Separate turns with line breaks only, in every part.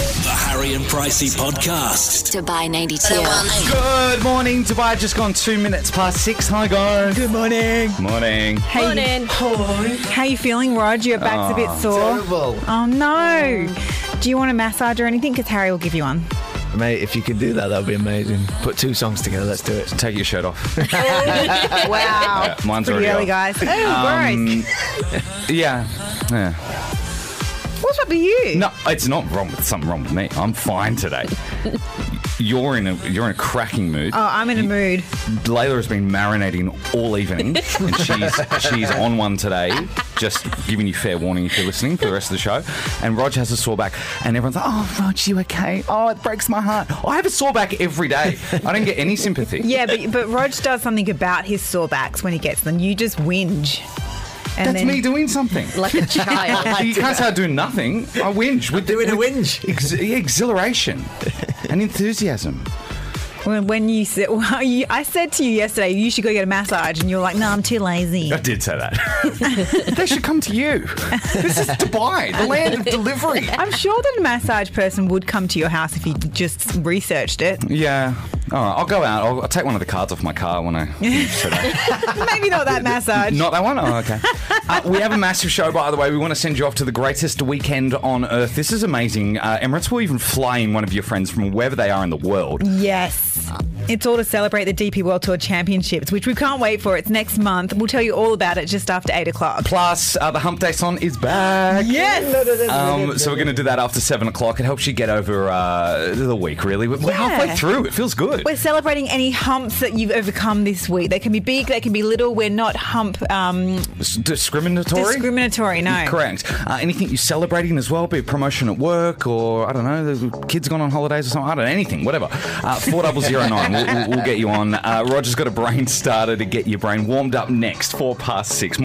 Murray and Pricey podcast.
Dubai 92.
Good morning, Dubai. Just gone two minutes past six. Hi, guys. Good morning. Morning.
Hey,
Morning.
How you feeling, Rod? Your back's a bit sore.
Ah, Terrible.
Oh no! Do you want a massage or anything? Because Harry will give you one.
Mate, if you could do that, that would be amazing. Put two songs together, let's do it.
Take your shirt off.
Wow.
Mine's
Pretty early,
already off.
guys. Oh,
Um,
gross.
Yeah. Yeah.
What's up with you?
No, it's not wrong with something wrong with me. I'm fine today. You're in a you're in a cracking mood.
Oh, I'm in a mood.
Layla has been marinating all evening, and she's she's on one today. Just giving you fair warning if you're listening for the rest of the show. And Rog has a sore back, and everyone's like, "Oh, Rog, you okay? Oh, it breaks my heart. I have a sore back every day. I don't get any sympathy."
Yeah, but but Rog does something about his sore backs when he gets them. You just whinge. And
That's
then,
me doing something.
Like a child.
you can't say I do nothing. I whinge with
Doing a
with
whinge.
ex- exhilaration and enthusiasm.
When, when you said, well, you, I said to you yesterday, you should go get a massage, and you're like, no, I'm too lazy.
I did say that. they should come to you. This is Dubai, the land of delivery.
I'm sure that a massage person would come to your house if you just researched it.
Yeah. All right. I'll go out. I'll, I'll take one of the cards off my car when I.
Maybe not that massage.
Not that one. Oh, okay. Uh, we have a massive show, by the way. We want to send you off to the greatest weekend on earth. This is amazing. Uh, Emirates will even fly in one of your friends from wherever they are in the world.
Yes. It's all to celebrate the DP World Tour Championships, which we can't wait for. It's next month. We'll tell you all about it just after 8 o'clock.
Plus, uh, the Hump Day song is back.
Yes!
Um, so we're going to do that after seven o'clock. It helps you get over uh, the week, really. We're we're
Yeah.
halfway through. It feels good.
We're celebrating any humps that you've overcome this week. They can be big, they can be little. We're not hump um,
S- discriminatory.
discriminatory, no.
Correct. Uh, anything you're celebrating as well, be it promotion at work or, I don't know, the kids gone on holidays or something, I don't know, anything, whatever. Uh, 4009, we'll, we'll, we'll get you on. Uh, Roger's got a brain starter to get your brain warmed up next, four past six.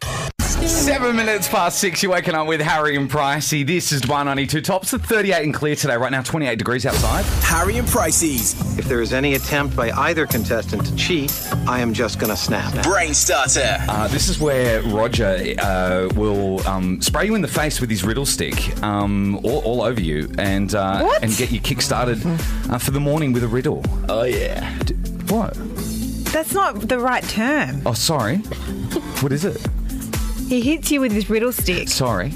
Seven minutes past six, you're waking up with Harry and Pricey. This is Dubai 92 Tops at 38 and clear today, right now, 28 degrees outside.
Harry and Pricey's
If there is any attempt by either contestant to cheat, I am just going to snap.
Brain Starter.
Uh, this is where Roger uh, will um, spray you in the face with his riddle stick um, all, all over you and uh,
What?
and get you kickstarted uh, for the morning with a riddle.
Oh, yeah.
D- what?
That's not the right term.
Oh, sorry. what is it?
He hits you with his riddle stick.
Sorry.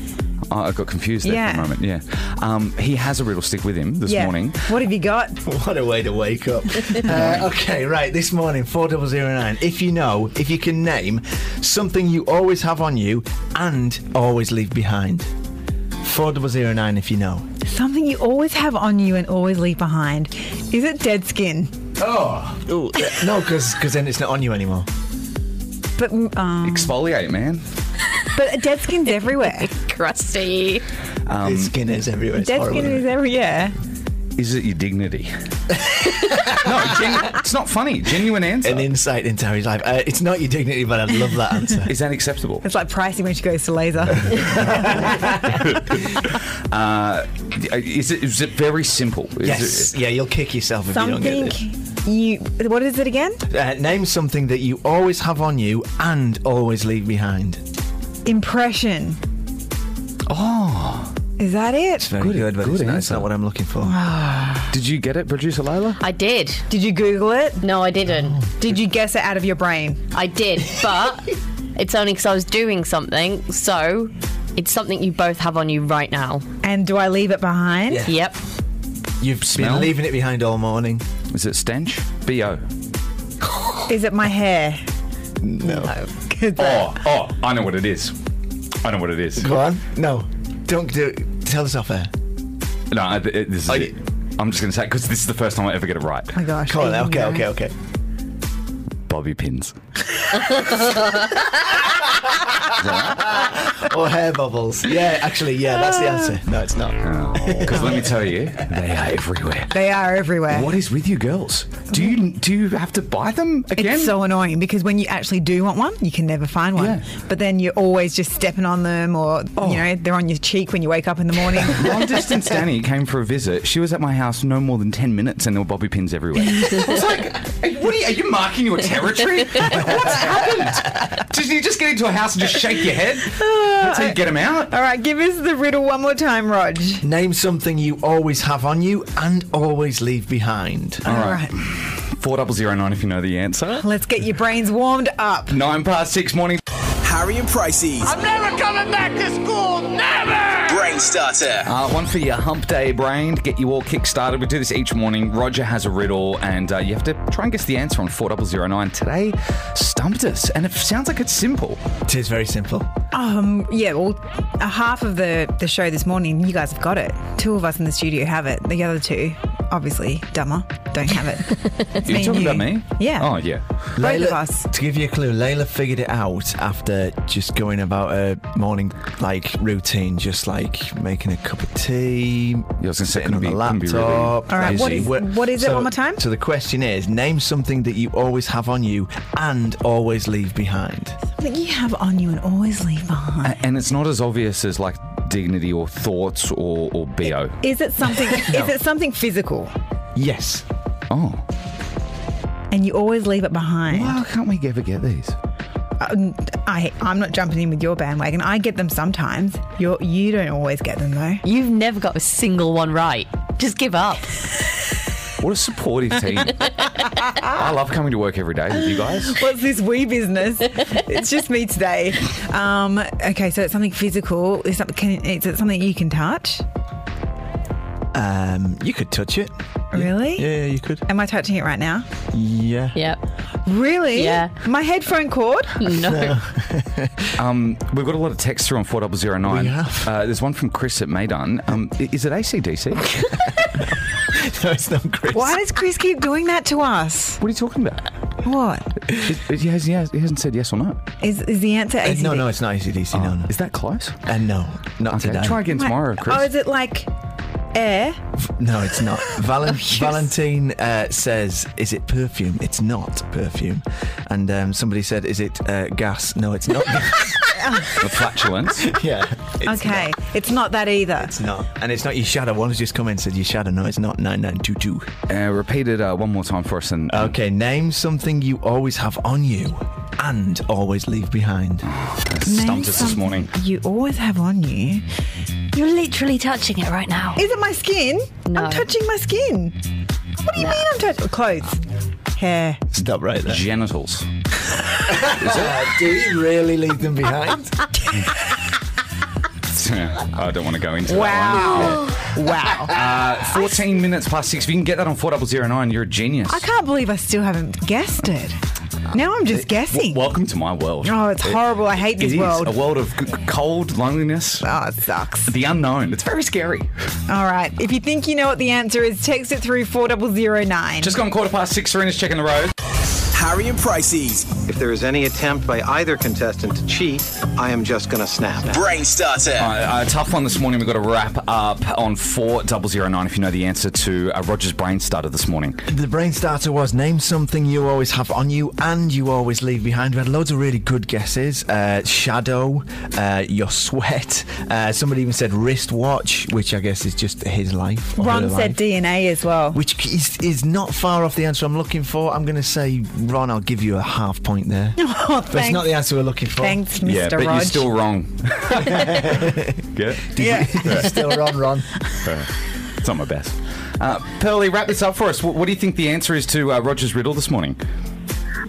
I I got confused there for
Yeah.
a moment. Yeah, um, he has a riddle stick with him this
yeah.
morning.
What have you got?
What a way to wake up. Uh, okay, right, this morning, 4009. If you know, if you can name something you always have on you and always leave behind. 4009 if you know.
Something you always have on you and always leave behind. Is it dead skin?
Oh, no, because then it's not on you anymore.
But um,
Exfoliate, man.
but dead skin's everywhere.
Crusty.
Um, skin is everywhere. It's
Dead
horrible,
skin
isn't
is
it?
everywhere.
Is it your dignity? no, genu- it's not funny. Genuine answer.
An insight into Harry's life. Uh, it's not your dignity, but I love that answer.
is that acceptable?
It's like pricey when she goes to laser.
Uh, is it is it very simple? Is
Yes.
it-
yeah, you'll kick yourself if you don't
Something
get
you. What is it again?
it. Uh, name something that you always have on you and always leave behind.
Impression. Oh. Is that it?
Very
Good-
good, but
good
it's, not, it's
answer.
not what I'm looking for.
Did you get it, producer Layla?
I did.
Did you Google it?
No, I didn't.
Did you guess it out of your brain?
I did, but it's only because I was doing something. So it's something you both have on you right now.
And do I leave it behind?
Yeah.
Yep.
You've
Smell?
been leaving it behind all morning.
Is it stench? Bo.
Is it my hair?
No.
Oh, oh, I know what it is. I know what it is.
Go on. No. Don't do it. Tell us off air.
No, I, th- it- this is
I-
it. I'm just going to say because this is the first time I ever get it right.
Oh my gosh.
Come on.
even
Okay,
though-
okay, okay.
Bobby pins.
Or Oh, hair bubbles. Yeah, actually, yeah, that's the answer. No, it's not.
Because Oh. let me tell you, they are everywhere.
They are everywhere.
What is with you girls? Do you do you have to buy them again?
It's so annoying because when you actually do want one, you can never find one.
Yeah.
But then you're always just stepping on them, or
Oh.
you know they're on your cheek when you wake up in the morning.
Long distance Danny came for a visit. She was at my house no more than 10 minutes and there were bobby pins everywhere. I was like, what What are you, are you marking your territory? Like, what's happened? Did you just get into a house and just shake your head? That's how you get him out.
All right, give us the riddle one more time, Rog.
Name something you always have on you and always leave behind.
All right.
Four double zero nine. If you know the answer.
Let's get your brains warmed up.
Nine past six morning.
Harry and Pricey's
I'm never coming back to school, never!
Brain Starter.
Uh, one for your hump day brain to get you all kick started. We do this each morning. Roger has a riddle, and uh, you have to try and guess the answer on 4009. Today, stumped us, and it sounds like it's simple.
It is very simple.
Um, yeah, well, a half of the, the show this morning, you guys have got it. Two of us in the studio have it. The other two, obviously, dumber, don't have it. It's
You're
and
talking
you.
about me?
Yeah.
Oh, yeah.
Both
Layla-
of us.
To give you a clue, Layla figured it out after just going about her morning like routine, just like making a cup of tea,
Yeah, I was gonna say,
sitting on the
couldn't be- couldn't be really
laptop.
All right, what
lazy.
is- what is it
so,
one more time?
So the question is, name something that you always have on you and always leave behind.
That you have on you and always leave behind.
And it's not as obvious as like dignity or thoughts or, or BO.
Is it something? Is it something physical?
Yes.
Oh.
And you always leave it behind.
Why can't we ever get these?
Um, I, I'm not jumping in with your bandwagon. I get them sometimes. You're, you don't always get them though.
You've never got a single one right. Just give up.
What a supportive team. I love coming to work every day with you guys.
What's this wee business? it's just me today. Um, okay, so it's something physical. Is, something, can, is it something you can touch?
Um, you could touch it.
Really?
Yeah, you could.
Am I touching it right now?
Yeah.
Yep.
Really?
Yeah.
My headphone cord?
No.
We've got a lot of texts through on 4009.
We have.
Uh, there's one from Chris at Maidan. Um, i- is it ACDC? what
no, it's not Chris.
Why does Chris keep doing that to us?
are you talking about?
What?
It- it- he, has, he, has, he hasn't said yes or no. Um,
Is, is the answer
Uh,
ACD?
no, no, it's not ACDC. no, no.
Is that close?
Uh, no, not
Oh. Okay,
today.
try again tomorrow, Chris.
Oh, is it like air?
No, it's not. Valen- Valentine uh, says, "Is it perfume? It's not perfume." And um, somebody said, "Is it uh, gas? No, it's not." gas.
The flatulence.
yeah. It's
okay.
Not.
It's not that either.
It's not. And it's not your shadow. One has just come in and said, "Your shadow." No, it's not. Nine nine two two.
uh, repeat it uh, one more time for us. And
Okay, name something you always have on you and always leave behind.
Name
stumped us this
something
morning.
You always have on you.
You're literally touching it right now.
Is it my skin?
No.
I'm touching my skin. What do you
No.
mean I'm touching? Clothes. Hair.
Stop right there.
Genitals.
do you really leave them behind?
I don't want to go into
Wow.
that. Wow. Uh, 14 minutes past six. If you can get that on 4009, you're a genius.
I can't believe I still haven't guessed it. Now I'm just guessing.
W- welcome to my world.
Oh, it's horrible. I hate
Uh, It
this
is Uh,
world.
a world of c- c- cold loneliness.
Oh, it sucks.
The unknown. It's very scary.
All right. If you think you know what the answer is, text it through 4009.
Just gone quarter past six. Serena's checking the road.
Harry and Pricey's
If there is any attempt by either contestant to cheat, I am just gonna snap.
Brain Starter.
Uh, a tough one this morning. We've got to wrap up on four double zero nine. If you know the answer to uh, Roger's brain starter this morning.
The brain starter was name something you always have on you and you always leave behind. We had loads of really good guesses. Uh, shadow, uh, your sweat. Uh, somebody even said wristwatch, which I guess is just his life. or her
Ron
life.
said DNA as well.
Which is, is not far off the answer I'm looking for. I'm going to say, Ron, I'll give you a half point there.
Oh,
But it's
thanks.
not the answer we're looking for.
Thanks, Mr.
Yeah, but
Rog.
you're still wrong. yeah,
yeah.
Still Ron, Ron.
it's not my best. Uh, Pearly, wrap this up for us. What, what do you think the answer is to uh, Roger's riddle this morning?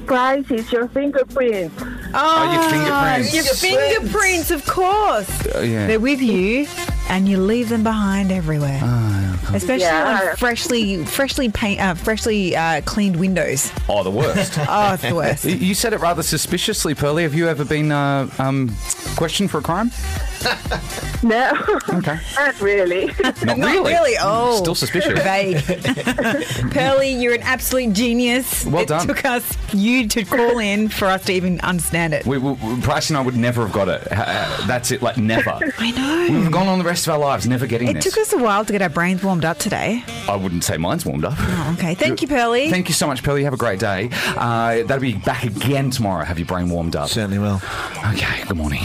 Price is your fingerprint.
Oh, your fingerprints.
Ah, Your fingerprints, of course.
Uh, yeah.
They're with you, and you leave them behind everywhere.
Ah,
Especially
Yeah.
on freshly, freshly paint, uh, freshly uh, cleaned windows.
Oh, the worst.
Oh, it's the worst.
You- you said it rather suspiciously, Pearly. Have you ever been uh, um, questioned for a crime?
No,
Okay,
not really.
not,
Not
really. Mm,
really. Oh,
Still suspicious.
Vague. Pearly, you're an absolute genius.
Well
it
done.
took us you to call in for us to even understand it.
We, we, we- Bryce and I would never have got it. Uh, Uh, that's it, like never.
I know.
We would have gone on the rest of our lives never getting
It
this.
took us a while to get our brains warmed up today.
I wouldn't say mine's warmed up.
Okay, thank you, Pearly.
Thank you so much, Pearl. You have a great day. Uh, that'll be back again tomorrow. Have your brain warmed up.
Certainly will.
Okay, good morning.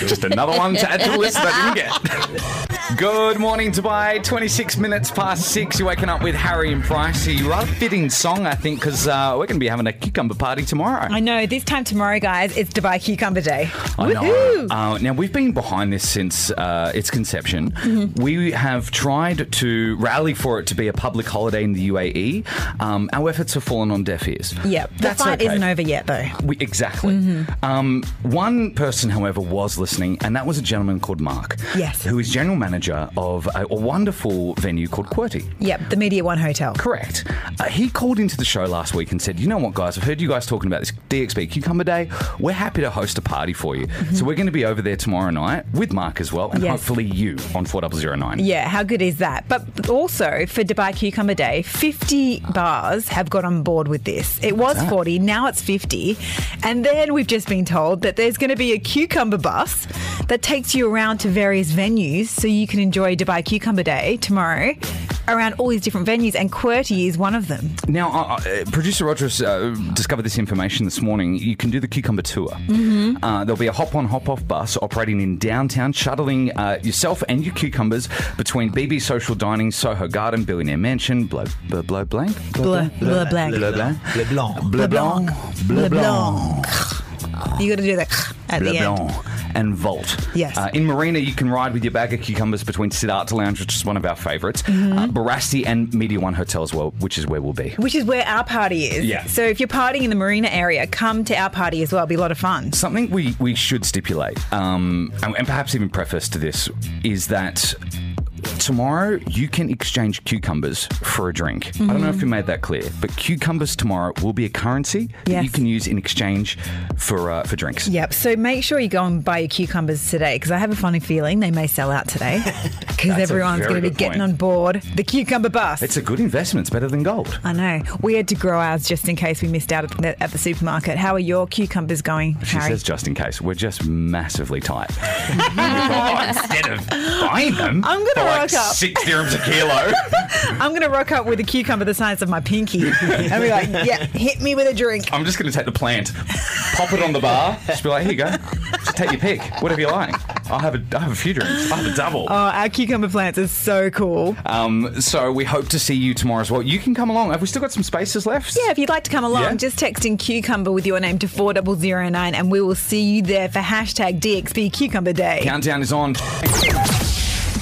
Just another one to add to the list that I didn't get. Good morning, Dubai. 26 minutes past six. You're waking up with Harry and Pricey. Rather fitting song, I think, because uh, we're going to be having a cucumber party tomorrow.
I know. This time tomorrow, guys, it's Dubai Cucumber Day.
I know. Uh, now we've been behind this since uh, its conception.
Mm-hmm.
We have tried to rally for it to be a public holiday in the UAE. Um, our efforts have fallen on deaf ears.
Yep. The
That's
fight
okay.
isn't over yet, though.
We, exactly.
Mm-hmm.
Um, one person, however, was listening, and that was a gentleman called Mark.
Yes.
Who is general manager of a, a wonderful venue called QWERTY.
Yep. The Media One Hotel.
Correct. Uh, he called into the show last week and said, "You know what, guys? I've heard you guys talking about this DXB Cucumber Day. We're happy to host a party for you. So we're going to be over there tomorrow night with Mark as well, and
Mm-hmm. Yes.
hopefully you on four double zero nine.
Yeah, how good is that? But also for Dubai Cucumber Day, 50 bars have got on board with this. It was 40, now it's 50. And then we've just been told that there's going to be a cucumber bus that takes you around to various venues so you can enjoy Dubai Cucumber Day tomorrow around all these different venues. And QWERTY is one of them.
Now, uh, uh, producer Rogers uh, discovered this information this morning. You can do the cucumber tour.
Mm-hmm.
Uh, there'll be a hop on, hop off bus operating in downtown, shuttling uh, yourself and your cucumbers between BB Social Dining, Soho Garden, Billionaire Mansion, blah, blah, blah, blank.
Blah, blah, blah.
Blah, blah.
LeBlanc.
Blah,
Blanc.
blanc.
Blah, blanc. You got to do that at the end.
Leblanc and Vault.
Yes.
Uh, in Marina, you can ride with your bag of cucumbers between Siddhartha Lounge, which is one of our favourites,
Mm-hmm.
uh, Barasti and Media One Hotel as well, which is where we'll be.
Which is where our party is.
Yeah.
So if you're partying in the marina area, come to our party as well. It'll be a lot of fun.
Something we, we should stipulate, um, and, and perhaps even preface to this, is that tomorrow you can exchange cucumbers for a drink. I don't know if we made that clear, but cucumbers tomorrow will be a currency that
Yes.
you can use in exchange for uh, for drinks.
Yep. So make sure you go and buy your cucumbers today because I have a funny feeling they may sell out today because
a
everyone's
very
going to be
good
getting
point.
on board the cucumber bus.
It's a good investment. It's better than gold.
I know. We had to grow ours just in case we missed out at the, at the supermarket. How are your cucumbers going,
She
Harry?
says just in case. We're just massively tight. Instead of buying them,
I'm gonna
for like
rock up.
six dirhams a kilo.
I'm going to rock up with a cucumber the size of my pinky and be like, yeah, hit me with a drink.
I'm just going to take the plant, pop it on the bar, just be like, here you go. Just take your pick, whatever you like. I'll have a, I'll have a few drinks. I'll have a double.
Oh, our cucumber plants are so cool.
Um, so we hope to see you tomorrow as well. You can come along. Have we still got some spaces left?
Yeah, if you'd like to come along,
Yeah.
just text in cucumber with your name to 4009 and we will see you there for hashtag DXB Cucumber Day.
Countdown is on.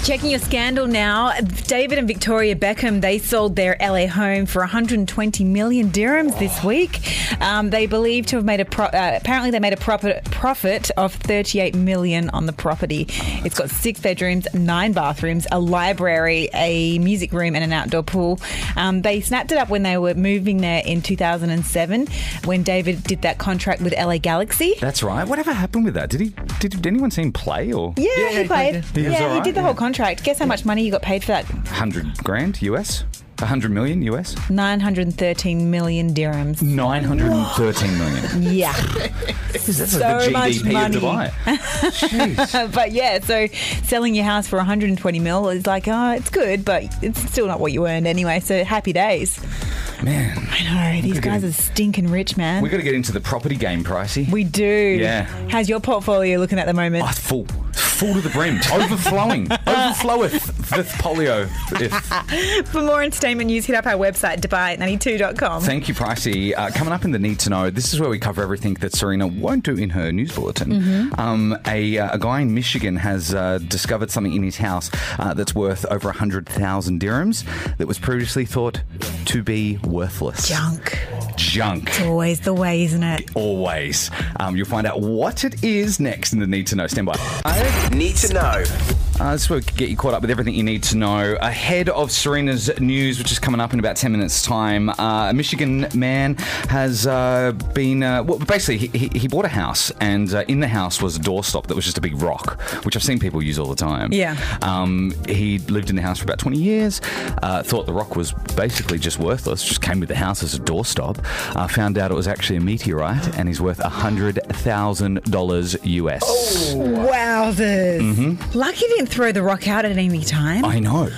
Checking your scandal now. David and Victoria Beckham, they sold their LA home for 120 million dirhams this week. Um, they believe to have made a pro- uh, apparently they made a profit profit of 38 million on the property. It's got six bedrooms, nine bathrooms, a library, a music room, and an outdoor pool. Um, they snapped it up when they were moving there in 2007 when David did that contract with LA Galaxy.
That's right. Whatever happened with that? Did he? Did, did anyone see him play or
Yeah,
Yeah,
he
he
played.
played.
He was
yeah, he
alright,
did the
yeah.
whole contract. Guess how much money he got paid for that
hundred grand US? hundred million US?
913 million dirhams.
Nine hundred and thirteen million.
Yeah.
That's
So
like the
much
GDP
money.
of Dubai. Jeez.
but yeah, so selling your house for 120 mil is like, oh, it's good, but it's still not what you earned anyway. So happy days.
Man,
I know. These guys are stinking rich, man.
we
We,
got to get into the property game, Pricey.
do.
Yeah.
How's your portfolio looking at the moment?
Oh, it's full, full to the brim, overflowing, overfloweth with polio. If.
For more entertainment news, hit up our website, Dubai92.com.
Thank you, Pricey. Uh, coming up in the need to know, this is where we cover everything that Serena won't do in her news bulletin. Um, a, uh, a guy in Michigan has uh, discovered something in his house uh, that's worth over 100,000 dirhams that was previously thought to be worthless.
Junk.
Junk.
Always the way, isn't it?
Always. Um, you'll find out what it is next in the need to know. Stand by.
Need to know.
Uh, this is where we can get you caught up with everything you need to know ahead of Serena's news, which is coming up in about 10 minutes' time. Uh, a Michigan man has uh, been, uh, well, basically, he, he, he bought a house, and uh, in the house was a doorstop that was just a big rock, which I've seen people use all the time.
Yeah.
Um, he lived in the house for about 20 years, uh, thought the rock was basically just worthless, just came with the house as a doorstop, uh, found out it was actually a meteorite, and he's worth $100,000 US.
Oh. Wowzers. Lucky he didn't throw the rock out at any time.
Mm-hmm. I know.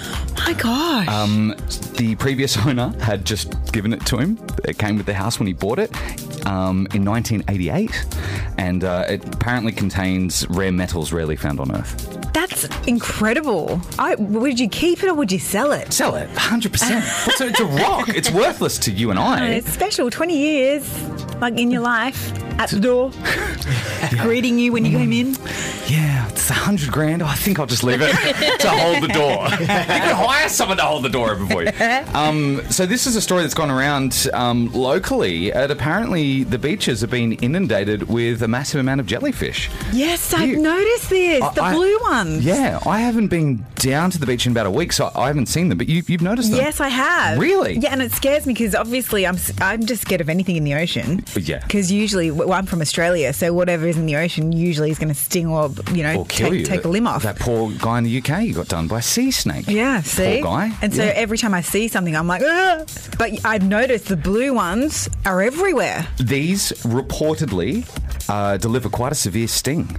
My gosh.
Um, the previous owner had just given it to him. It came with the house when he bought it. um, in 1988, and uh, it apparently contains rare metals rarely found on Earth.
That's incredible. I, would you keep it or would you sell it?
Sell it, 100. percent It's a rock. It's worthless to you and
And
I.
it's special. 20 years, like in your life, at the door, greeting you when you came in.
Yeah, it's a hundred grand. Oh, I think I'll just leave it to hold the door. you can hire someone to hold the door open for you. Um, so this is a story that's gone around um, locally. And apparently, the beaches have been inundated with a massive amount of jellyfish.
Yes, I've
You-
noticed this.
I-
the
I-
blue ones.
Yeah, I haven't been down to the beach in about a week, so I haven't seen them. But you, you've noticed them.
Yes, I have.
Really?
Yeah, and it scares me because obviously I'm s- I'm just scared of anything in the ocean.
Yeah.
Because usually, well, I'm from Australia, so whatever is in the ocean usually is going to sting or you know
Or kill
take,
you.
take a limb off.
That poor guy in the UK, you got done by a sea snake.
yeah, see.
Poor guy.
And so
Yeah.
every time I see something, I'm like, Ugh! but I've noticed the blue ones are everywhere.
These reportedly uh, deliver quite a severe sting.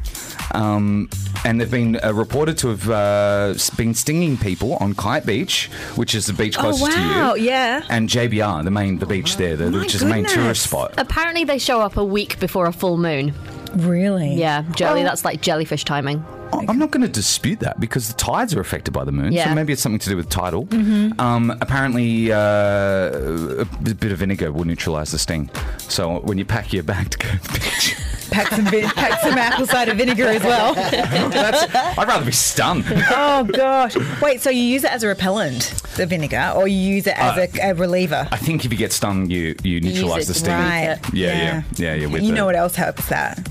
Um, and they've been uh, reported to have uh, s- been stinging people on Kite Beach, which is the beach closest
Oh, wow,
to you.
yeah.
And JBR, the main the beach there, the,
My
which is the main
goodness.
tourist spot.
Apparently, they show up a week before a full moon.
Really?
Yeah, jelly. That's like jellyfish timing.
I- I'm not going to dispute that because the tides are affected by the moon, so
Yeah.
maybe it's something to do with tidal.
Mm-hmm.
Um, apparently, uh, a b- bit of vinegar will neutralise the sting. So when you pack your bag to go to the beach,
Pack some vi- pack some apple cider vinegar as well.
that's, I'd rather be stunned.
oh gosh! Wait, so you use it as a repellent, the vinegar, or you use it as
Uh,
a, a reliever?
I think if you get stung, you you neutralise the
it
sting.
Right.
Yeah, yeah, yeah, yeah. With
you
the-
know what else helps that?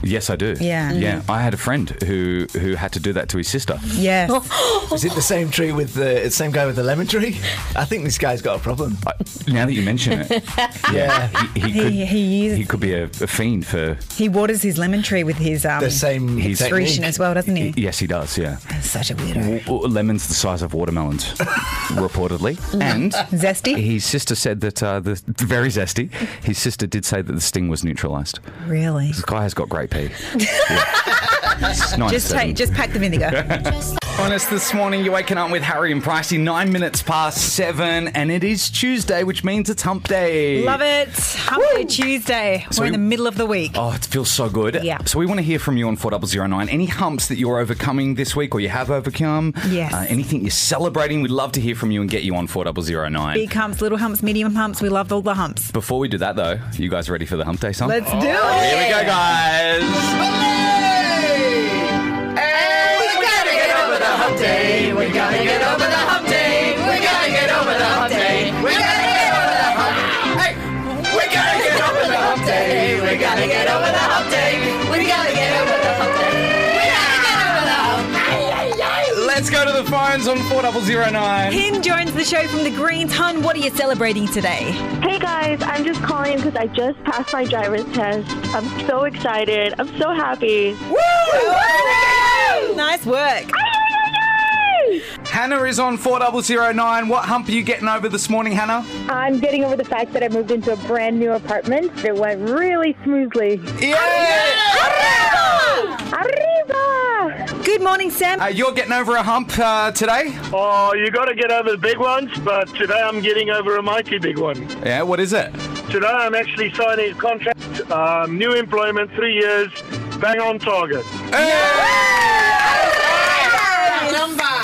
Yes, I do.
Yeah. Mm-hmm.
yeah. I had a friend who who had to do that to his sister.
Yes.
Is it the same tree with the same guy with the lemon tree? I think this guy's got a problem.
I, now that you mention it, yeah, he, he, could,
He- he used-
he could be a, a fiend for.
He waters his lemon tree with his um,
The same
He's-
technique.
excretion as well, doesn't he?
Yes, he does. Yeah.
That's such a weirdo.
W- w- lemons the size of watermelons, reportedly.
Mm.
And
Zesty?
his sister said that uh, the very zesty. His sister did say that the sting was neutralised.
Really?
This guy has got great pee. Yeah. It's nine
Just
seven.
take, just pack the vinegar.
On us this morning, you're waking up with Harry and Pricey, nine minutes past seven, and it is Tuesday, which means it's hump day.
Love it. Hump Day Tuesday.
So
We're in
we-
the middle of the week.
Oh, it feels so good.
Yeah.
So we want to hear from you on 4009. Any humps that you're overcoming this week or you have overcome?
Yes.
Uh, anything you're celebrating? We'd love to hear from you and get you on 4009.
Big humps, little humps, medium humps. We love all the humps.
Before we do that, though, you guys ready for the hump day song?
Let's do
Oh,
it.
Here we go, guys. Let's go to the phones on 4009.
Pin joins the show from the Greens. Hun, what are you celebrating today?
Hey guys, I'm just calling because I just passed my driver's test. I'm so excited. I'm so happy.
Nice work.
Hannah is on 4009. What hump are you getting over this morning, Hannah?
I'm getting over the fact that I moved into a brand new apartment. It went really smoothly. Arriba!
Good morning, Sam.
Uh, you're getting over a hump uh, today?
Oh, you got to get over the big ones, but today I'm getting over a mighty big one.
Yeah, what is it?
Today I'm actually signing a contract, um, new employment, three years, bang on target.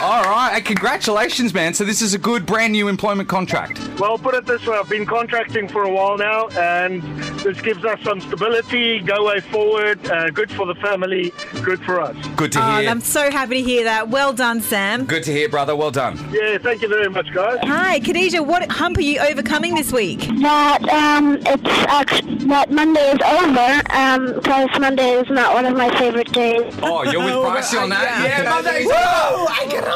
All right, hey, congratulations, man. So this is a good brand new employment contract.
Well, put it this way, I've been contracting for a while now, and this gives us some stability, go way forward, uh, good for the family, good for us.
Good to
Oh,
hear.
I'm so happy to hear that. Well done, Sam.
Good to hear, brother. Well done.
Yeah, thank you very much, guys.
Hi, Khadija, what hump are you overcoming this week?
That um, it's act- that Monday is over because Monday is not one of my favorite days.
Oh, you're with Pricey on that?
yeah.
Yeah, Monday's up.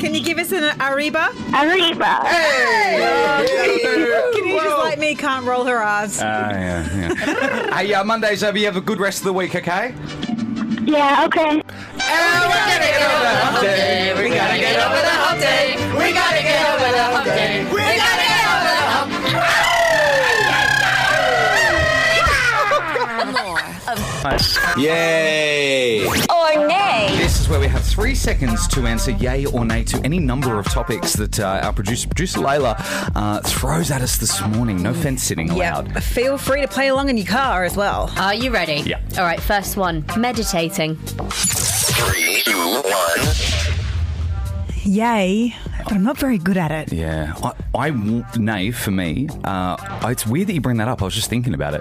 Can you give us an Ariba?
Arriba!
Can you just like me can't roll her eyes?
Ah, yeah, yeah. hey, uh, Monday's over. You have a good rest of the week, okay?
Yeah, okay.
We gotta get over the hump day. We gotta get over the hump day. We gotta get over the hump day. Yay!
Or nay.
This is where we have three seconds to answer yay or nay to any number of topics that uh, our producer, producer Layla uh, throws at us this morning. No fence sitting allowed.
Yeah. Feel free to play along in your car as well.
Are you ready?
Yeah.
All right, first one meditating.
Three, two, one.
Yay, but I'm not very good at it.
Yeah, I, I w- nay for me. Uh, it's weird that you bring that up. I was just thinking about it.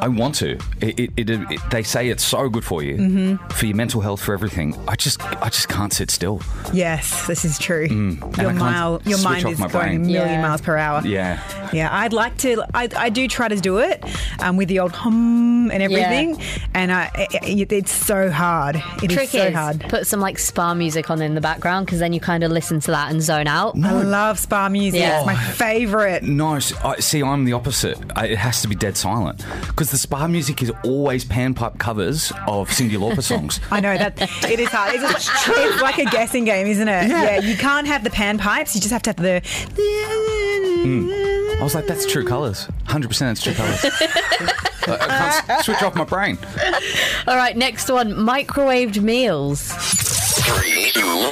I want to. It, it, it, it they say it's so good for you,
Mhm.
for your mental health, for everything. I just, I just can't sit still.
Yes, this is true.
Mm. And I
Your,
can't
mile, your
switch
mind
off
is
my
going a
brain.
million
Yeah.
miles per hour.
Yeah.
Yeah, I'd like to. I, I do try to do it um, with the old hum and everything, and I, it, it's so hard. It is
Trick
so hard.
put some like spa music on in the background because then you kind of listen to that and zone out.
I love spa music. It's my favorite.
No, s- I- see, I'm the opposite. I, it has to be dead silent because the spa music is always panpipe covers of Cindy Lauper songs.
I know that it is hard. It's, just like, it's like a guessing game, isn't it?
Yeah.
you can't have the panpipes. You just have to have the. Mm.
Hmm. I was like, that's true colours. 100% that's true colours. I, I can't s- switch off my brain.
All right, next one microwaved meals.
Three, two, one.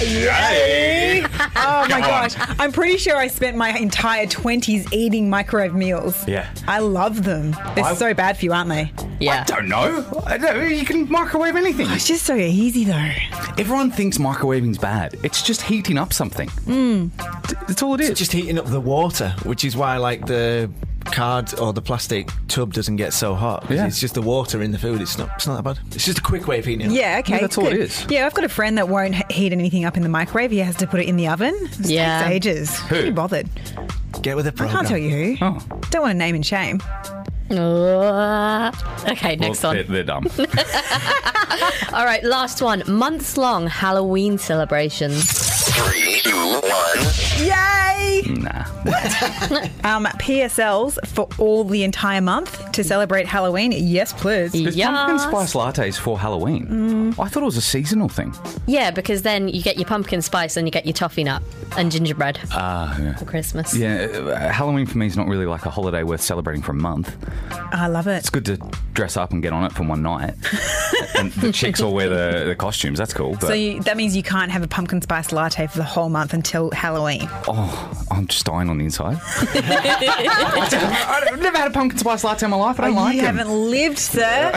Yay! Oh my
Come on.
gosh! I'm pretty sure I spent my entire 20s eating microwave meals.
Yeah.
I love them. They're
I-
so bad for you, aren't they?
Yeah.
I don't know. I don't, you can microwave anything.
It's just so easy though.
Everyone thinks microwaving's bad. It's just heating up something.
Hmm.
Mm.
That's all it is.
just heating up the water, which is why like the card or the plastic tub doesn't get so hot. 'cause It's just the water in the food. It's not. It's not that bad. It's just a quick way of heating. it up.
Yeah, okay. good. Yeah, I've got a friend that won't he- heat anything up in the microwave. He has to put it in the oven. It takes
Yeah.
ages.
Who?
Can't be bothered.
Get with the
I
program.
can't tell you who.
Oh.
Don't want to name and shame.
okay, next
Well,
one.
They're, they're dumb.
All right, last one. Months long Halloween celebrations.
Three, two, one.
Yay!
Nah.
um, PSLs for all the entire month to celebrate Halloween. Yes, please.
There's pumpkin spice lattes for Halloween.
Hmm.
I thought it was a seasonal thing.
Yeah, because then you get your pumpkin spice and you get your toffee nut and gingerbread
Ah, yeah.
for Christmas.
Yeah, uh, Halloween for me is not really like a holiday worth celebrating for a month.
I love it.
It's good to dress up and get on it for one night. and the chicks all wear the, the costumes. That's cool. But
So you, that means you can't have a pumpkin spice latte for the whole month until Halloween.
oh, I'm just dying on the inside. I've never had a pumpkin spice latte in my life. I don't
oh,
like
You
'em.
haven't lived, sir.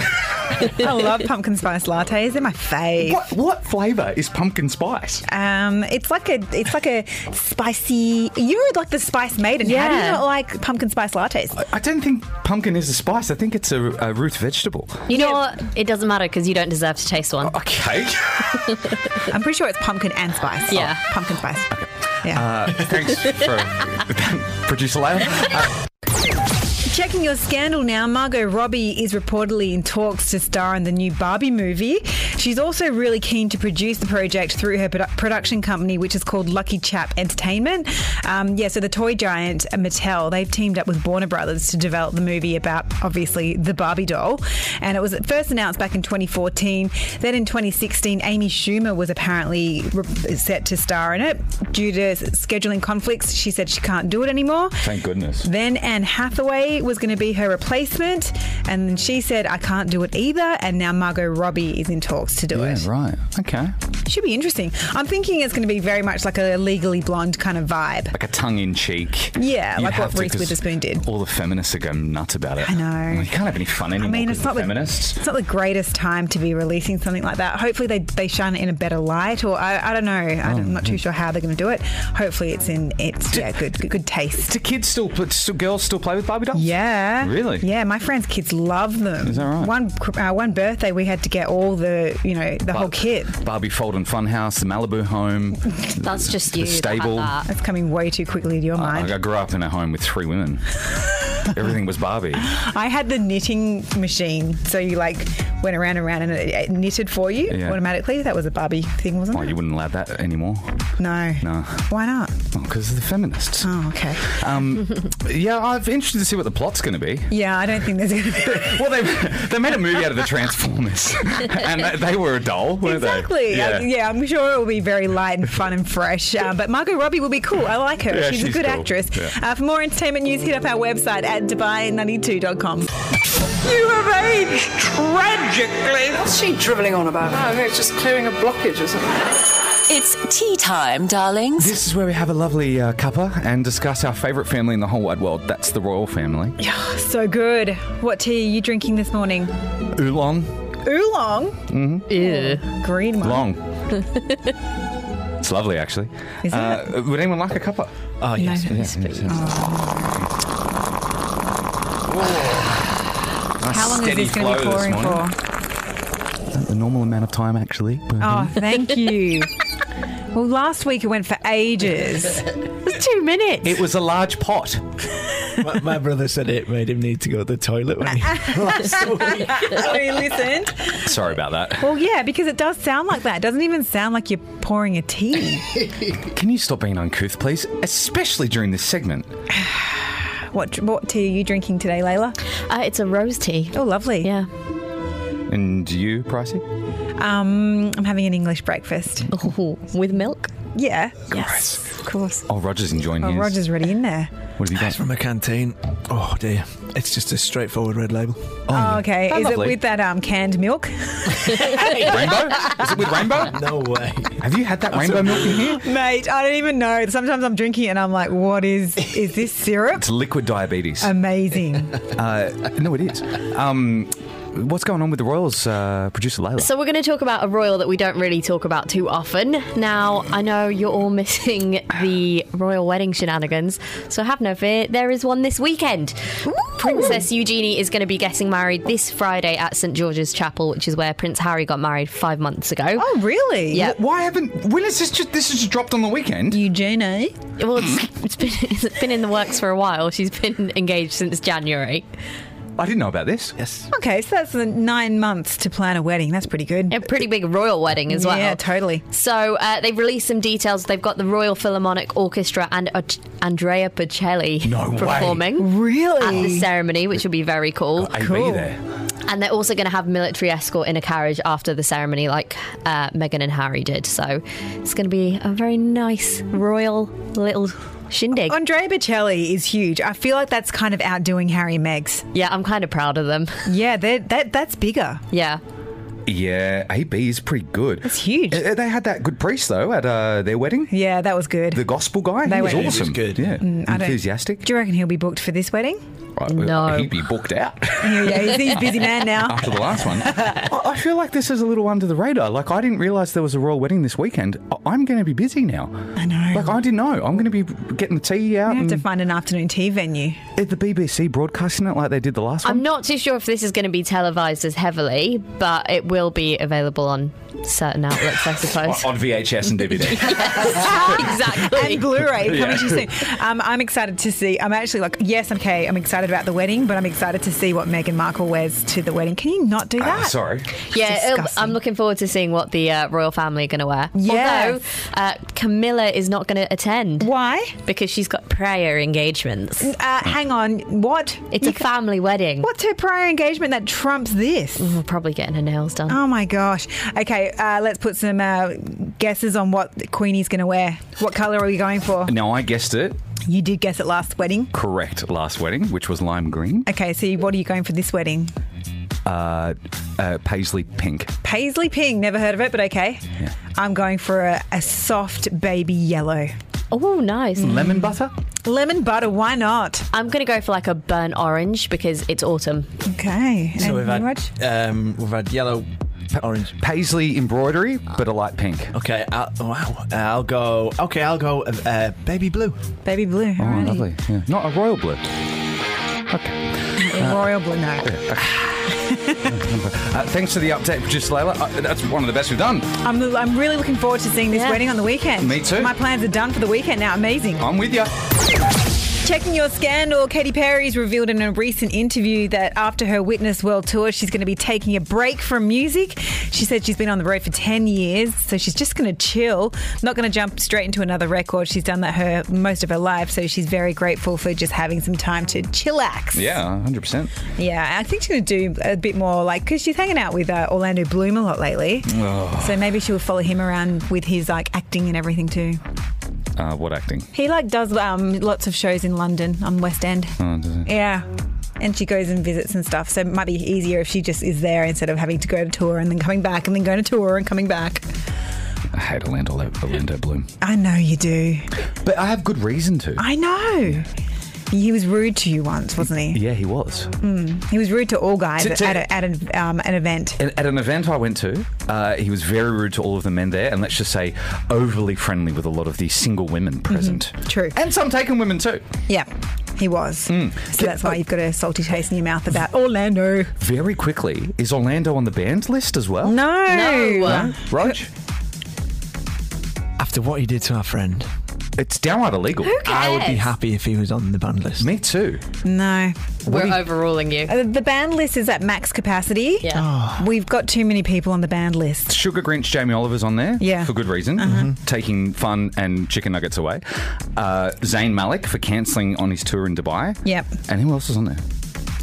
I love pumpkin spice lattes. They're my fave.
What, what flavour is pumpkin spice?
Um, it's like a it's like a spicy. You're like the spice maiden. How do you
Yeah.
not like pumpkin spice lattes?
I don't think pumpkin is a spice. I think it's a, a root vegetable.
You know what? It doesn't matter because you don't deserve to taste
Oh,
one.
Okay.
I'm pretty sure it's pumpkin and spice.
Yeah.
Oh, pumpkin spice.
Uh, thanks for producer Layla. Uh,
Checking your scandal now, Margot Robbie is reportedly in talks to star in the new Barbie movie. She's also really keen to produce the project through her produ- production company, which is called Lucky Chap Entertainment. Um, yeah, so the toy giant uh, Mattel, they've teamed up with Warner Brothers to develop the movie about, obviously, the Barbie doll. And it was first announced back in 2014. Then in 2016, Amy Schumer was apparently re- set to star in it. Due to s- scheduling conflicts, she said she can't do it anymore.
thank goodness.
Then Anne Hathaway was going to be her replacement, and she said, I can't do it either. And now Margot Robbie is in talks to do
Yeah,
it.
right. Okay.
Should be interesting. I'm thinking it's going to be very much like a legally blonde kind of vibe.
Like a tongue in cheek.
Yeah, like what Reese
'cause
Witherspoon did.
All the feminists are going nuts about it.
I know.
You can't have any fun anymore.
I mean, it's not, the,
feminists.
it's not the greatest time to be releasing something like that. Hopefully, they, they shine it in a better light, or I, I don't know. I don't- I'm
Mm-hmm.
not too sure how they're going to do it. Hopefully, it's in it's yeah, good good, good taste.
Do kids still, put, still, girls still play with Barbie dolls?
Yeah.
Really?
Yeah, my friends' kids love them.
Is that right?
One cr- uh, one birthday, we had to get all the you know the whole
Bar-
kit.
Barbie Fold and Funhouse, the Malibu home.
That's just
the
you. that had
stable.
that.
That's coming way too quickly to your mind.
Oh, I, I grew up in a home with three women. Everything was Barbie.
I had the knitting machine, so you like went around and around and it, it knitted for you
Yeah.
automatically. That was a Barbie thing, wasn't
Well, you wouldn't allow that anymore.
it? No.
No.
Why not?
Because of the feminists.
Oh, okay.
Um, yeah, I'm interested to see what the plot's going to be.
Yeah, I don't think there's going to be.
Well, they they made a movie out of the Transformers, and they, they were a doll, weren't
Exactly.
they?
Yeah. yeah, I'm sure it will be very light and fun and fresh. Uh, but Margot Robbie will be cool. I like her.
Yeah,
she's, a
she's
good
cool.
actress.
Yeah.
Uh, for more entertainment news, hit up our website, at dubai92.com. You have aged tragically.
What's she dribbling on about? No, I think it's just clearing a blockage or something. It's tea time, darlings.
This is where we have a lovely uh, cuppa and discuss our favourite family in the whole wide world. That's the royal family.
Yeah, so good. What tea are you drinking this morning?
Oolong.
Oolong?
Mm-hmm.
Yeah. Green one.
Long. It's lovely, actually.
Is
Uh, would anyone like a cuppa? Oh, yes. yes, yes, yes. Nice
How long is
steady
this going to be
flow this
pouring for?
morning. The normal amount of time, actually.
Oh, thank you. well, last week it went for ages. It's two minutes.
It was a large pot.
my, my brother said it made him need to go to the toilet when he.
so he listened.
Sorry about that.
Well, yeah, because it does sound like that. It doesn't even sound like you're pouring a tea.
Can you stop being uncouth, please? Especially during this segment.
what what tea are you drinking today, Layla?
Uh, it's a rose tea.
Oh, lovely.
Yeah.
And you, Pricey?
Um, I'm having an English breakfast.
Oh, with milk?
Yeah. Yes. Of course.
Oh, Roger's enjoying
Oh,
his.
Roger's already in there.
What have you got?
It's from a canteen. Oh dear, it's just a straightforward red label.
Oh, okay. Is it with that um, canned milk?
rainbow? Is it with rainbow?
No way.
Have you had that rainbow milk in here?
Mate, I don't even know. Sometimes I'm drinking it and I'm like, what is is this syrup?
It's liquid diabetes.
Amazing.
Uh, no, it is. Um, what's going on with the Royals, uh, producer Layla?
So we're going to talk about a royal that we don't really talk about too often. Now, I know you're all missing the royal wedding shenanigans, so have no fear. There is one this weekend. Princess Eugenie is going to be getting married this Friday at St George's Chapel, which is where Prince Harry got married five months ago. Oh,
really?
Yeah.
Why haven't? When is this? Just, this is just dropped on the weekend.
Eugenie.
Well, it's, it's been it's been in the works for a while. She's been engaged since January.
I didn't know about this.
Yes.
Okay, so that's the nine months to plan a wedding. That's pretty good.
A pretty big royal wedding as well.
Yeah, totally.
So uh, they've released some details. They've got the Royal Philharmonic Orchestra and uh, Andrea Bocelli
No way.
performing
really
at the ceremony, which will be very cool.
I'd be there.
And they're also going to have military escort in a carriage after the ceremony, like uh, Meghan and Harry did. So it's going to be a very nice royal little shindig.
Andrea Bocelli is huge. I feel like that's kind of outdoing Harry and Meg's.
Yeah, I'm kind of proud of them.
Yeah, they're- that that's bigger.
Yeah.
Yeah, AB is pretty good. It's
huge.
They had that good priest though at uh, their wedding.
Yeah, that was good.
The gospel guy.
They
he was
went- Mm,
awesome. good. Yeah,
I don't-
enthusiastic.
Do you reckon he'll be booked for this wedding?
Right,
No.
he'd be booked out.
Yeah, he's, he's a busy man now.
After the last one, I I feel like this is a little under the radar. Like I didn't realize there was a royal wedding this weekend. I- I'm going to be busy now. I know. Like I didn't know. I'm going to be getting the tea out.
We have
and
to find an afternoon tea venue.
Is the BBC broadcasting it like they did the last one?
I'm not too sure if this is going to be televised as heavily, but it will be available on certain outlets, I suppose.
on VHS and DVD.
exactly.
And Blu-ray coming
Yeah.
to you soon. Um, I'm excited to see. I'm actually like, yes, okay, I'm excited about the wedding, but I'm excited to see what Meghan Markle wears to the wedding. Can you not do that?
Uh, sorry.
Yeah, it'll-
disgusting.
I'm looking forward to seeing what the uh, royal family are going to wear.
Yes.
Although uh, Camilla is not going to attend.
Why?
Because she's got prayer engagements.
Uh, hang on, what?
It's a family wedding.
What's her prior engagement that trumps this?
We're probably getting her nails done.
Oh my gosh. Okay, uh, let's put some uh, guesses on what Queenie's going to wear. What colour are we going for?
No, I guessed it
You did guess at last wedding.
correct last wedding, which was lime green,
Okay, so what are you going for this wedding?
uh, uh, paisley pink.
Paisley Ping, never heard of it, but okay.
Yeah.
I'm going for a, a soft baby yellow.
Oh, nice.
Mm.
Lemon butter?
Lemon butter, why not?
I'm going to go for like a burnt orange because it's autumn.
Okay. And
So we've
you, Rog?
had um, we've had yellow, orange.
Paisley embroidery, but a light pink.
Okay, I'll, wow. Uh, I'll go. Okay, I'll go. uh, Uh, baby blue.
baby blue.
Oh,
alrighty.
lovely. Yeah. Not a royal blue.
Royal blue, no.
Uh, thanks for the update, producer Layla. Uh, that's one of the best we've done.
I'm, I'm really looking forward to seeing this
Yeah.
wedding on the weekend.
Me too.
My plans are done for the weekend now. Amazing.
I'm with you.
Checking your scandal, Katy Perry's revealed in a recent interview that after her Witness World Tour, she's going to be taking a break from music. She said she's been on the road for 10 years, so she's just going to chill, not going to jump straight into another record. She's done that her most of her life, so she's very grateful for just having some time to chillax.
Yeah, 100%.
Yeah, I think she's going to do a bit more like because she's hanging out with uh, Orlando Bloom a lot lately.
Oh.
So maybe she'll follow him around with his like acting and everything too.
Uh, what acting?
He like does um, lots of shows in London on West End.
Oh, does it?
Yeah. And she goes and visits and stuff, so it might be easier if she just is there instead of having to go to tour and then coming back and then going to tour and coming back.
I hate Orlando, Orlando Bloom.
I know you do.
But I have good reason to.
I know. He was rude to you once, wasn't he?
Yeah, he was.
Mm. He was rude to all guys
To- to-
at, a, at an, um, an event.
At, at an event I went to, uh, he was very rude to all of the men there, and let's just say overly friendly with a lot of the single women present.
Mm-hmm. True.
And some taken women too.
Yeah, he was.
Hmm.
So that's why you've got a salty taste in your mouth about Orlando.
Very quickly, is Orlando on the banned list as well?
No. No.
Rog?
After what he did to our friend,
it's downright illegal.
Who
I would be
cares?
happy if he was on the band list.
Me too.
No.
We're overruling you.
Uh, the band list is at max capacity. Yeah.
Ah.
We've got too many people on the band list.
Sugar Grinch Jamie Oliver's on there
Yeah. Uh-huh.
for good reason, Mm-hmm. taking fun and chicken nuggets away. Uh, Zayn Malik for cancelling on his tour in Dubai.
Yep.
And who else is on there?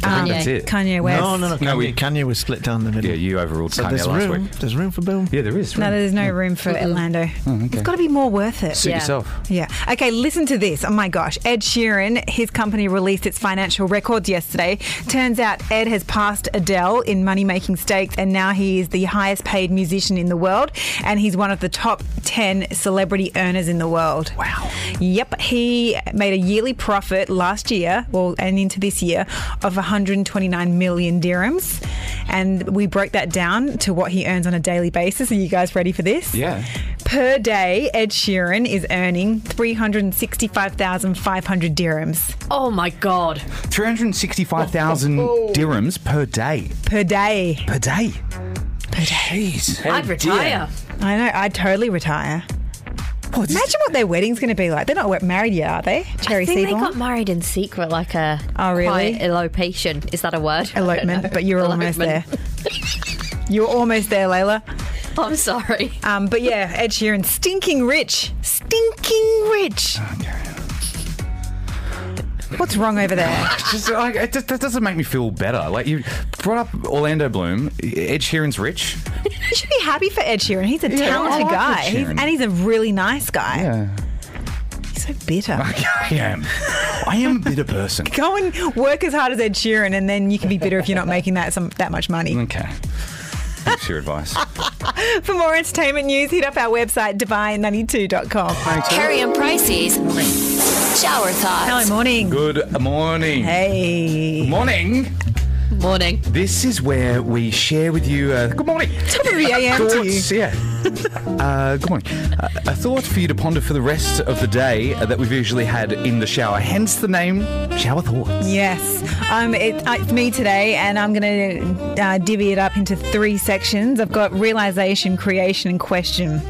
I think that's it.
Kanye West.
No, no, no. Kanye,
No, we-
Kanye was split down the middle.
Yeah, you overruled
So
Kanye
there's
last
room.
week.
There's room for boom.
Yeah, there is.
No, there's no room for Orlando. It's got to be more worth it.
Suit Yeah. yourself.
Yeah. Okay, listen to this. Oh my gosh. Ed Sheeran, his company released its financial records yesterday. Turns out Ed has passed Adele in money making stakes, and now he is the highest paid musician in the world, and he's one of the top 10 celebrity earners in the world. Wow. Yep. He made a yearly profit last year, well, and into this year, of 129 million dirhams. And we broke that down to what he earns on a daily basis. Are you guys ready for this?
Yeah.
Per day, Ed Sheeran is earning 365,500 dirhams.
Oh my God.
365,000 dirhams per day.
Per day.
Per day. Per day. Jeez.
I'd retire.
I know, I'd totally retire. Imagine what their wedding's going to be like. They're not wet- married yet, are they? Cherry
I think they
Seaborn?
got married in secret, like a
Oh, really?
quiet elopation. Is that a word?
Elopement, but you're almost there. You were almost there, Layla.
I'm sorry.
Um, but yeah, Ed Sheeran, stinking rich. Stinking rich. What's wrong over there?
It's just, like, it just, that doesn't make me feel better. Like you brought up Orlando Bloom, Ed Sheeran's rich.
You should be happy for Ed Sheeran. He's a
Yeah, I
talented
like Ed
guy. He's,
Sheeran.
and he's a really nice guy.
Yeah.
He's so bitter.
I am. I am a bitter person.
Go and work as hard as Ed Sheeran, and then you can be bitter if you're not making that some, that much money.
Okay. Thanks for your advice.
For more entertainment news, hit up our website, divine92.com.
Carrie and Pricey's shower thoughts.
Hello, morning.
Good morning.
Hey.
Morning.
Morning.
This is where we share with you. Uh, good morning.
Top of the AM to you.
Thoughts, yeah. Uh, good morning. Uh, a thought for you to ponder for the rest of the day uh, that we've usually had in the shower. Hence the name Shower Thoughts.
Yes, um, it, uh, it's me today, and I'm going to uh, divvy it up into three sections. I've got realization, creation, and question.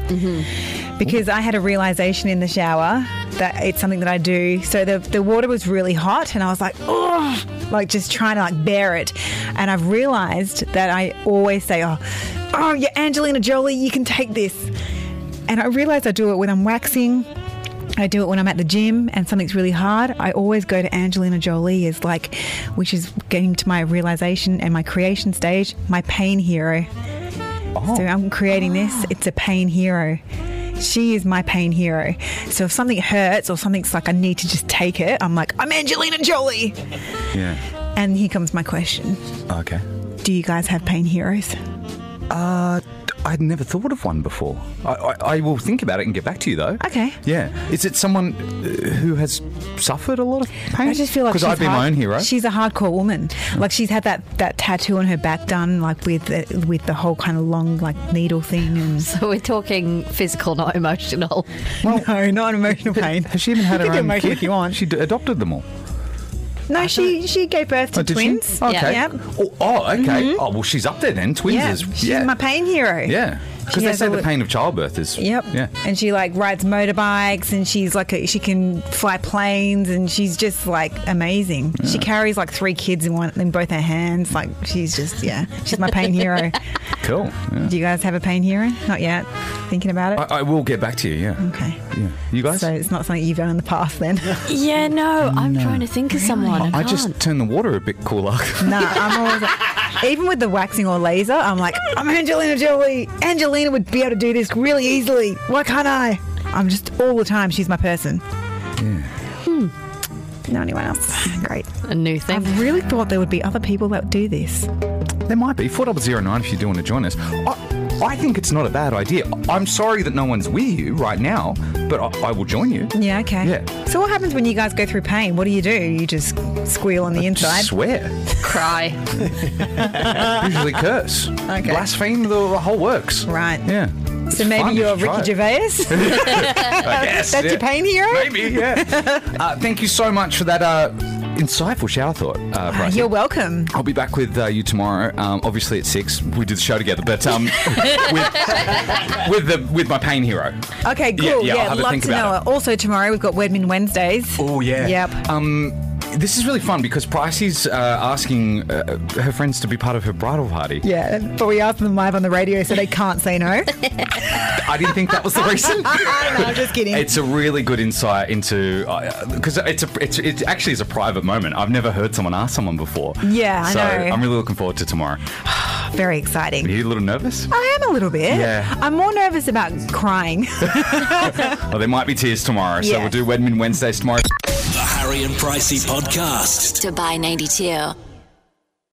Because I had a realization in the shower that it's something that I do. So the, the water was really hot, and I was like, oh, like just trying to like bear it. And I've realized that I always say, oh, oh, you're Angelina Jolie, you can take this. And I realize I do it when I'm waxing. I do it when I'm at the gym and something's really hard. I always go to Angelina Jolie as like, which is getting to my realization and my creation stage, my pain hero. So I'm creating this. It's a pain hero. She is my pain hero. So if something hurts or something's like I need to just take it, I'm like, I'm Angelina Jolie.
Yeah.
And here comes my question:
Okay.
Do you guys have pain heroes?
Uh, I'd never thought of one before. I, I, I will think about it and get back to you though.
Okay.
Yeah. Is it someone uh, who has suffered a lot of pain?
I just feel like
because
she's
I'd be
hard-
my own hero.
She's a hardcore woman. Like she's had that, that tattoo on her back done, like with the, with the whole kind of long like needle thing. And
So we're talking physical, not emotional.
no, not emotional pain.
Has she even had
You
her
can get
own
emotional
kid?
if you want.
She d- adopted them all.
No, she she gave birth to
Oh, did she?
twins.
Okay.
Yeah. Mm-hmm.
Oh, oh, okay. Oh, well, she's up there then. Twins
Yeah.
is
She's
yeah,
my pain hero.
yeah.
She
Because they
has
say
all
the
the-
pain of childbirth is
Yep.
yeah.
And she like rides motorbikes and she's like a, she can fly planes and she's just like amazing. She carries like three kids in one in both her hands. Like she's just yeah, she's my pain hero.
Cool. Yeah.
Do you guys have a pain hero? Not yet. Thinking about it.
I, I will get back to you. Yeah.
Okay.
Yeah. You guys.
So it's not something you've done in the past then.
Yeah, no, I'm trying to think of someone.
I,
I,
I just
can't.
turned the water a bit cooler.
nah, I'm always like, even with the waxing or laser, I'm like, I'm Angelina Jolie. Angelina would be able to do this really easily. Why can't I? I'm just all the time. She's my person. Hmm. No, anyone else? Great.
A new thing.
I really thought there would be other people that would do this.
There might be 4009 if you do want to join us. I, I think it's not a bad idea. I'm sorry that no one's with you right now, but I, I will join you.
Yeah. Okay.
Yeah.
So what happens when you guys go through pain? What do you do? You just squeal on the inside.
Swear.
Cry.
Usually curse.
Okay.
Blaspheme the, the whole works.
Right.
Yeah.
So maybe
fun if
you're
you try it.
Ricky Gervais.
I guess,
That's
yeah.
your pain hero.
Maybe, yeah. uh, thank you so much for that uh, insightful shower thought, uh, Bryce.
Ah, You're welcome.
I'll be back with uh, you tomorrow. Um, obviously at six, we do the show together, but um, with the with my pain hero.
Okay,
Yeah,
cool.
yeah,
Yeah,
I'll have a
love
think
to
about
know.
it.
It. Also, tomorrow we've got Wordmin Wednesdays.
Oh yeah.
Yep.
Um, this is really fun because Pricey's uh, asking uh, her friends to be part of her bridal party.
Yeah, but we asked them live on the radio, so they can't say no.
I didn't think that was the reason.
no, I'm just kidding.
It's a really good insight into because it's a it's it actually is a private moment. I've never heard someone ask someone before.
Yeah, I
so
know.
I'm really looking forward to tomorrow.
Very exciting.
Are you a little nervous?
I am a little bit.
Yeah.
I'm more nervous about crying.
Well, there might be tears tomorrow, so
Yeah.
we'll do Wedman Wednesdays tomorrow.
The Harry and Pricey Podcast. Dubai 92.